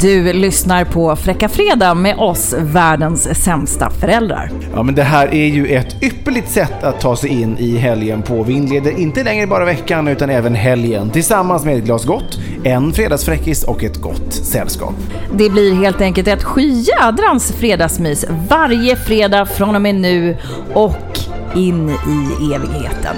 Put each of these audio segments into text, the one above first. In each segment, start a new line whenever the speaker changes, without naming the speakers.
Du lyssnar på Fräcka Fredag med oss, världens sämsta föräldrar.
Ja, men det här är ju ett ypperligt sätt att ta sig in i helgen på. Vi inleder inte längre bara veckan utan även helgen tillsammans med ett glas gott, en fredagsfräckis och ett gott sällskap.
Det blir helt enkelt ett skyjädrans fredagsmys varje fredag från och med nu och in i evigheten.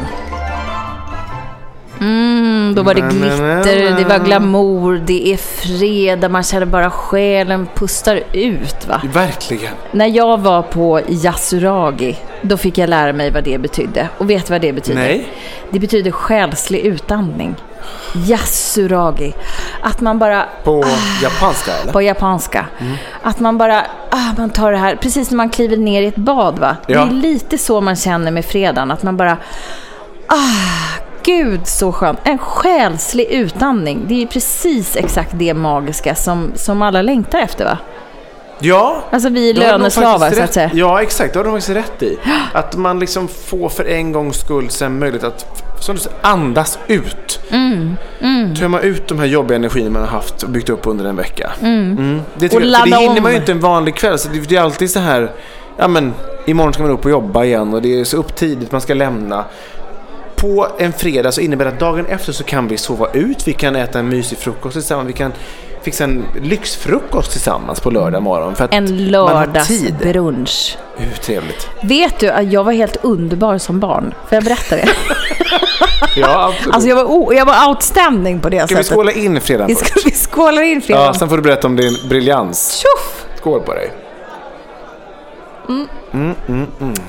Mm, då var det glitter, det var glamour, det är fredag, man känner bara själen pustar ut va.
Verkligen.
När jag var på Yasuragi, då fick jag lära mig vad det betydde. Och vet du vad det betyder?
Nej.
Det betyder själslig utandning. Yasuragi. Att man bara,
På japanska eller?
på japanska,
Mm.
att man bara, ah, man tar det här, precis när man kliver ner i ett bad va.
Ja.
Det är lite så man känner med fredagen, att man bara, ah, gud så skönt. En själslig utandning. Det är ju precis exakt det magiska som, som alla längtar efter va.
Ja.
Alltså vi är
Då har de
löneslavar
faktiskt
så
rätt-
att säga.
Ja, exakt. Det har de faktiskt rätt i. Att man liksom får för en gångs skull sen möjlighet att, som du säger, andas ut.
Mm,
Tömma ut de här jobbiga energierna man har haft och byggt upp under en vecka. Mm. Det, tycker
Och
jag, för det
ladda
hinner man ju
om.
inte en vanlig kväll. Så det, det är alltid så här, ja men, imorgon ska man upp och jobba igen och det är så upp tidigt, man ska lämna. På en fredag så innebär det att dagen efter så kan vi sova ut, vi kan äta en mysig frukost tillsammans, vi kan fixa en lyxfrukost tillsammans på lördag morgon. För att
En
man har tid.
lördagsbrunch.
Hur trevligt.
Vet du att jag var helt underbar som barn? Får jag berätta det?
Ja, absolut.
Alltså jag var, o- jag var outstanding på det
Ska vi
sättet.
skåla in fredagen
vi,
först?
ska, vi skålar in
Ja,
fredagen.
sen får du berätta om din briljans.
Tjoff!
Skål på dig.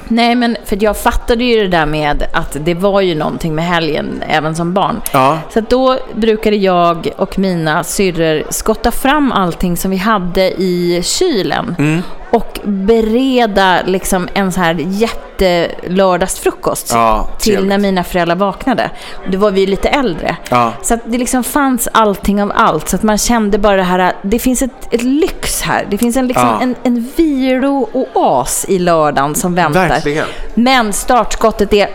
Nej men för att jag fattade ju det där med att det var ju någonting med helgen även som barn.
Ja.
Så att då brukade jag och mina syrror skotta fram allting som vi hade i kylen
Mm.
och bereda liksom en så här jättelördagsfrukost
Ja,
till
trevligt.
när mina föräldrar vaknade. Då var vi ju lite äldre.
Ja.
Så att det liksom fanns allting av allt. Så att man kände bara det här, det finns ett, ett lyx här. Det finns en, liksom,
Ja.
en, en viro-oas i lördagen som väntar.
Verkligen.
Men startskottet är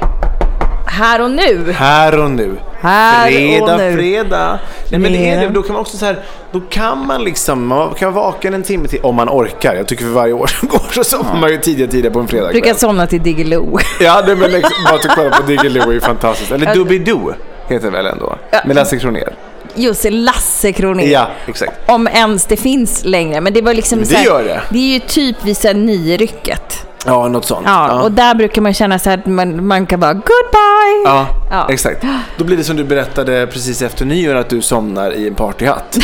här och nu.
Här och nu.
Här och
fredag,
nu.
fredag. Nej, men det är det.
Fredag.
Då kan man också så här, då kan man liksom, man kan vara vaken en timme till om man orkar. Jag tycker för varje år som går så sover man ju tidiga tider på en fredag
Brukar somna till Diggiloo.
Ja, nej, men liksom, bara att kolla på Diggiloo är ju fantastiskt. Eller Doobidoo heter det väl ändå? Med Lasse Kronér.
Just det, Lasse Kronér.
Ja, exakt.
Om ens det finns längre. Men det var liksom
Men det
så här,
gör det.
Det är ju typ vid så här nio-rycket.
Ja, något sånt.
Ja, Och där brukar man känna så här att man, man kan bara goodbye.
Ja,
Ja.
exakt. Då blir det som du berättade precis efter nyår att du somnar i en partyhatt.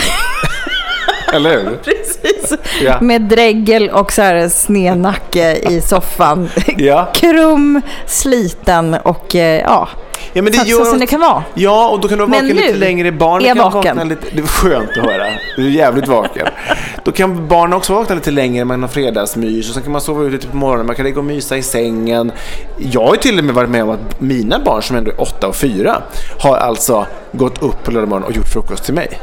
Eller hur?
Precis.
Ja.
Med dregel och så här snednacke i soffan.
Ja.
Krum, sliten och eh, ja.
Ja, men det
Så- Alltså, så
gör
som
något-
det kan vara.
Ja, och då kan du vara
Men
vaken lite
nu
längre. Barnen
är jag
kan
vaken.
vakna lite... Det är skönt att höra. Du är jävligt vaken. Då kan barnen också vakna lite längre. Man har fredagsmys och sen kan man sova ut lite på morgonen. Man kan ligga och mysa i sängen. Jag har ju till och med varit med om att mina barn som ändå är åtta och fyra har alltså gått upp på lördag morgon och gjort frukost till mig.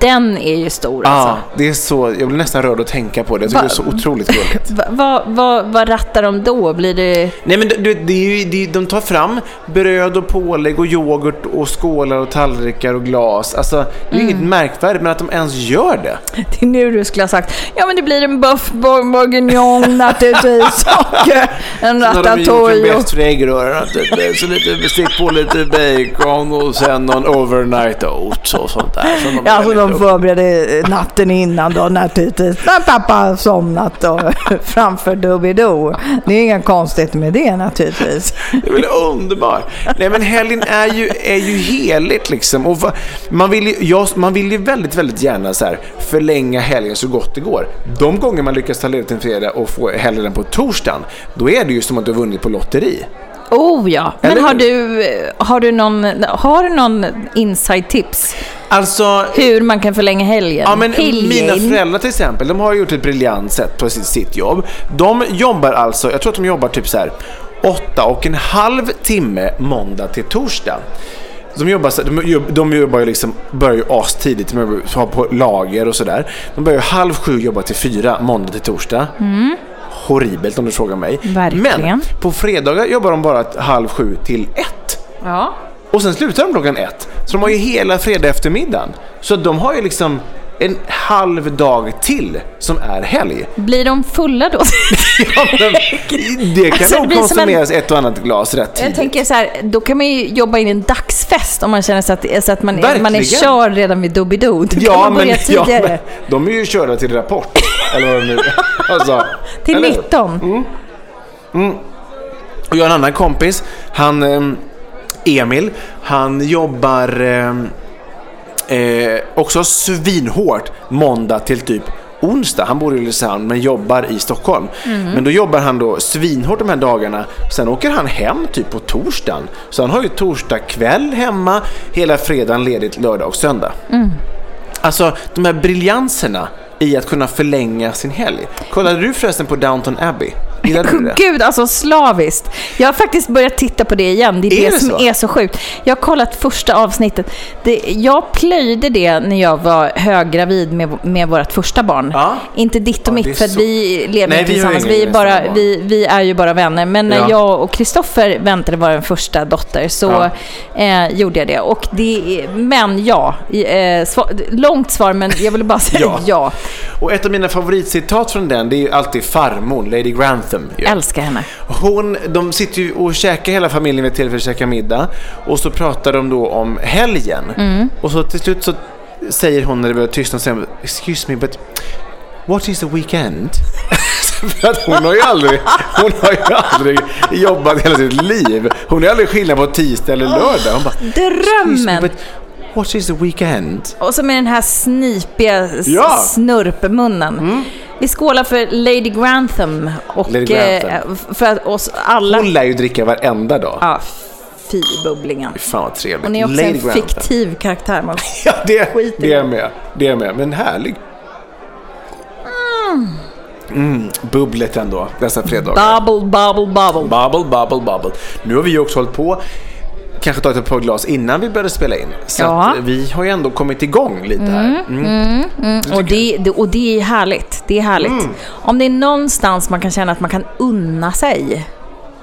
Den är ju stor
Ja,
alltså.
det är så, jag blir nästan rörd att tänka på det. Jag tycker
Va-
det är så otroligt gulligt.
Va- Vad va, va rattar de då? Blir det...
Nej men du, du, det är ju, det, är- de tar fram bröd och pålägg och yoghurt och skålar och tallrikar och glas. Alltså, det är ju inget märkvärdigt men att de ens gör det.
Det är nu du skulle ha sagt ja men det blir en buff bour- bourguignon naturligtvis och eh, en
Sen har de gjort en
ratatouille. och-
bäst äggröra, typ, så lite stick på lite bacon och sen någon overnight oats och sånt där. Så
Ja, så de förberedde eh, natten innan då naturligtvis. När pappa har somnat då, framför Doobidoo. Det är inga konstigt med det naturligtvis.
Det är väl underbart. Nej men helgen är ju, är ju heligt liksom. Och va, man, vill ju, jag, man vill ju väldigt, väldigt gärna så här, förlänga helgen så gott det går. De gånger man lyckas ta ledigt en fredag och få helgen på torsdagen, då är det ju som att du har vunnit på lotteri.
Oh ja, men
Eller
har
hur?
du, eh, har, du någon, har du någon inside tips
Alltså,
hur man kan förlänga helgen?
Ja, men
helgen?
mina föräldrar till exempel, de har gjort ett briljant sätt på sitt, sitt jobb. De jobbar alltså, jag tror att de jobbar typ så här åtta och en halv timme måndag till torsdag. De jobbar, så- de, jobb- de jobbar ju liksom, börjar ju astidigt, de jobbar- har på lager och sådär. De börjar ju halv sju jobba till fyra måndag till torsdag. Horribelt om du frågar mig.
Verkligen.
Men på fredagar jobbar de bara t- halv sju till ett.
Ja.
Och sen slutar de klockan ett. Så de har ju hela fredag eftermiddagen. Så de har ju liksom en halv dag till som är helg.
Blir de fulla då?
Ja, men det kan
Alltså, det
nog
blir som
konsumeras ett och annat glas rätt
Jag
tidigt.
tänker så här, då kan man ju jobba in en dagsfest om man känner så att, så att man, är- man är
Verkligen.
körd redan vid Doobidoo. Då kan
Ja
man börja
men, ja,
tidigare.
men de är ju körda till Rapport. eller vad de nu alltså,
Till
eller hur?
19.
Och jag har en annan kompis, han ehm, Emil, han jobbar ehm, eh, också svinhårt måndag till typ onsdag. Han bor i Ulricehamn men jobbar i Stockholm.
Mhm.
Men då jobbar han då svinhårt de här dagarna. Sen åker han hem typ på torsdagen. Så han har ju torsdag kväll hemma, hela fredagen ledigt lördag och söndag.
Mm.
Alltså de här briljanserna i att kunna förlänga sin helg. Kollade du förresten på Downton Abbey? Gillade du det?
Gud, alltså slaviskt. Jag har faktiskt börjat titta på det igen. Det är, det,
Är det
som
så?
är så sjukt. Jag har kollat första avsnittet. Det, jag plöjde det när jag var höggravid med, med vårt första barn.
Ja.
Inte ditt och
Ja, det är
mitt, för att
så-
vi lever
Nej,
inte
vi har
tillsammans.
ingen
Vi är,
gemensam
bara,
barn.
vi, vi är ju bara vänner. Men när
Ja.
jag och Kristoffer väntade vår första dotter så eh, gjorde jag det. Och det är- men ja, I- eh, svar, långt svar men jag ville bara säga ja.
Ja. Och ett av mina favoritcitat från den, det är ju alltid farmor, Lady Grantham. ju.
Älskar henne.
Hon, de sitter ju och käkar hela familjen vid ett tillfälle och käkar middag. Och så pratar de då om helgen. Och så till slut så säger hon när det börjar tystna, så säger hon, excuse me but what is the weekend? För att hon har ju aldrig, hon har ju aldrig jobbat hela sitt liv. Hon är aldrig skillnad på tisdag eller lördag. Hon bara, "Excuse me,
Drömmen!
but what is the weekend?
Och så med den här snipiga s-
Ja. Mm.
snurpmunnen. Vi skålar för Lady Grantham och
Lady Grantham.
eh, f- för att oss alla...
Hon lär ju dricka varenda dag.
Ja, fy bubblingen.
Fan vad trevligt.
Hon är också
Lady
en
Grantham.
fiktiv karaktär. Man.
Ja, det,
Skit i
det är
det.
med. Det är med. Men härlig. Mm, bubblet ändå, dessa fredagar.
Bubble, bubble, bubble.
Bubble, bubble, bubble. Nu har vi ju också hållit på, kanske tagit ett par glas innan vi började spela in. Så
Ja.
att vi har ju ändå kommit igång lite här. Mm.
Och det, det, och det är härligt. Det är härligt.
Mm.
Om det är någonstans man kan känna att man kan unna sig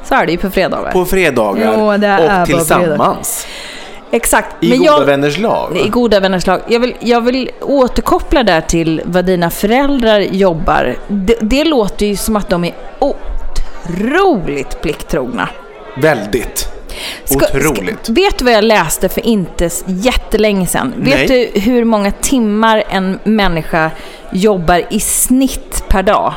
så är det ju på fredagar.
På fredagar
Jo, det är bara
och tillsammans.
Exakt.
I
Men
goda
jag-
vänners lag.
I goda vänners lag. Jag vill, jag vill återkoppla där till vad dina föräldrar jobbar. Det, det låter ju som att de är otroligt plikttrogna.
Väldigt.
Ska-
Otroligt.
ska- vet du vad jag läste för inte s- jättelänge sedan? Vet
Nej.
du hur många timmar en människa jobbar i snitt per dag?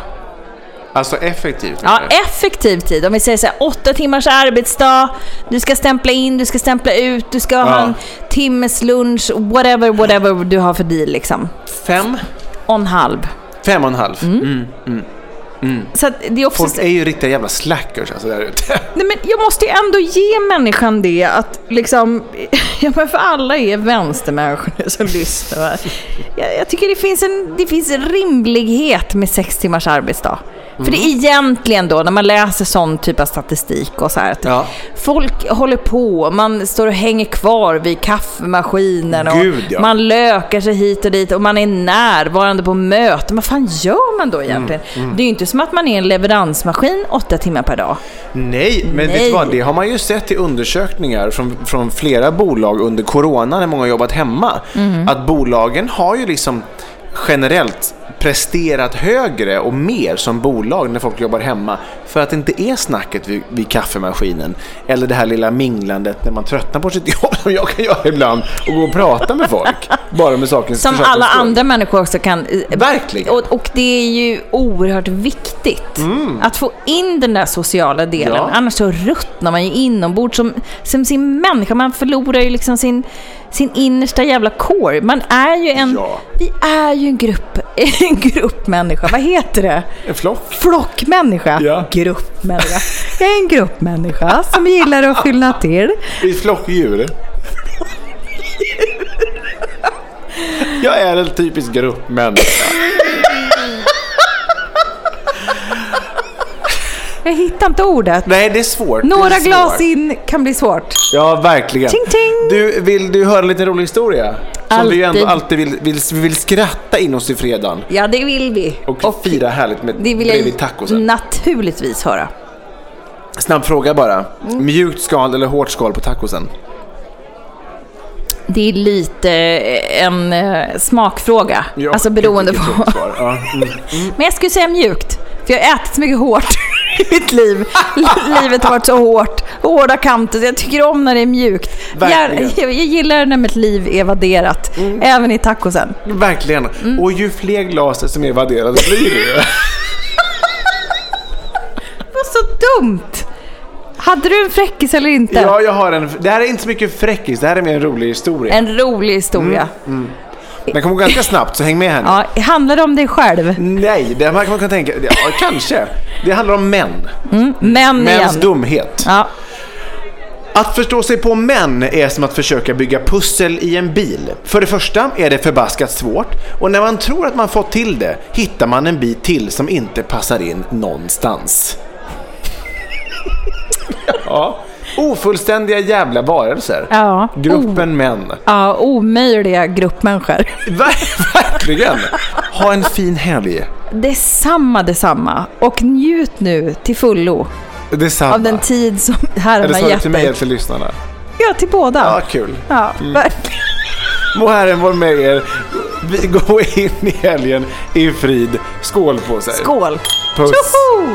Alltså effektivt.
Ja,
menar jag.
effektiv tid. Om vi säger så här, åtta timmars arbetsdag, du ska stämpla in, du ska stämpla ut, du ska ha
Ja.
en timmes lunch, whatever, whatever du har för deal liksom.
Fem?
Och en halv.
Fem och en halv. Mm.
Så att det är också...
Folk är ju riktiga jävla slackers alltså där ute.
Nej, men jag måste ju ändå ge människan det att liksom... Ja, men för alla är vänstermänniskor nu som lyssnar. va? Jag, jag tycker det finns, en, det finns en rimlighet med sex timmars arbetsdag. För det är
Mm.
egentligen då, när man läser sån typ av statistik och så här, att
Ja.
folk håller på, man står och hänger kvar vid kaffemaskinen och
Gud, ja.
man lökar sig hit och dit och man är närvarande på möten. Vad fan gör man då egentligen?
Mm,
Det är ju inte som att man är en leveransmaskin åtta timmar per dag.
Nej, men vet
Nej.
du vad? Det har man ju sett i undersökningar från, från flera bolag under corona när många har jobbat hemma.
Mhm.
Att bolagen har ju liksom generellt presterat högre och mer som bolag när folk jobbar hemma. För att det inte är snacket vid, vid kaffemaskinen eller det här lilla minglandet när man tröttnar på sitt jobb som jag kan göra ibland och gå och prata med folk. bara med saken
Som alla andra människor också kan...
Verkligen.
Och, och det är ju oerhört viktigt att få in den där sociala delen.
Mm. Ja.
Annars så ruttnar man ju inombords som, som sin människa. Man förlorar ju liksom sin, sin innersta jävla core. Man är ju en...
Ja.
Vi är ju en grupp, en gruppmänniska. Vad heter det?
En flock.
Flockmänniska.
Ja.
Gruppmänniska. Jag är en gruppmänniska som gillar att fylla till.
Vi är ett flockdjur. Jag är en typisk gruppmänniska.
Jag hittar inte ordet.
Nej, det är svårt. Det är
Några
svårt.
glas in kan bli svårt.
Ja, verkligen.
Ting, ting.
Du, vill du höra en liten rolig historia? Som vi ju ändå
Alltid.
alltid vill, vill, vi vill skratta in oss i fredagen.
Ja, det vill vi.
Och, fira härligt med
det vill
bredvid
jag
tacosen.
naturligtvis höra.
Snabb fråga bara.
Mm.
Mjukt skal eller hårt skal på tacosen?
Det är lite eh, en eh, smakfråga.
Ja,
alltså beroende
vilket
på...
tråkigt svar. Ja, mm.
Men jag skulle säga mjukt. För jag har ätit så mycket hårt i mitt liv. Li- Livet har varit så hårt. Hårda kanter. Så Jag tycker om när det är mjukt. Jag,
Verkligen. Mm.
jag, jag gillar när mitt liv är vadderat. Även i tacosen.
Verkligen.
Mm.
Och ju fler glas som är vadderade blir det ju.
Det var så dumt! Hade du en fräckis eller inte?
Ja, jag har en. Det här är inte så mycket fräckis, det här är mer en rolig historia.
En rolig historia.
Mm. Den kommer gå ganska snabbt, så häng med här nu.
Ja, handlar det om dig själv?
Nej, det man kan tänka... Ja, kanske. Det handlar om män.
Män
Mäns
igen.
dumhet.
Ja.
Att förstå sig på män är som att försöka bygga pussel i en bil. För det första är det förbaskat svårt och när man tror att man fått till det hittar man en bit till som inte passar in någonstans. ja. Ofullständiga jävla varelser.
Ja.
Gruppen män.
ja, omöjliga gruppmänniskor.
Ver- verkligen! Ha en fin helg.
Detsamma, detsamma. Och njut nu till fullo
Detsamma.
av den tid som Herren
Eller
har
sa du
gett
till mig
dig.
eller till lyssnarna?
Ja, till båda.
Ja, kul. Mm.
Ja, verkligen.
Må Herren vara med er. Vi går in i helgen i frid. Skål på sig.
Skål!
Puss.
Tjoho!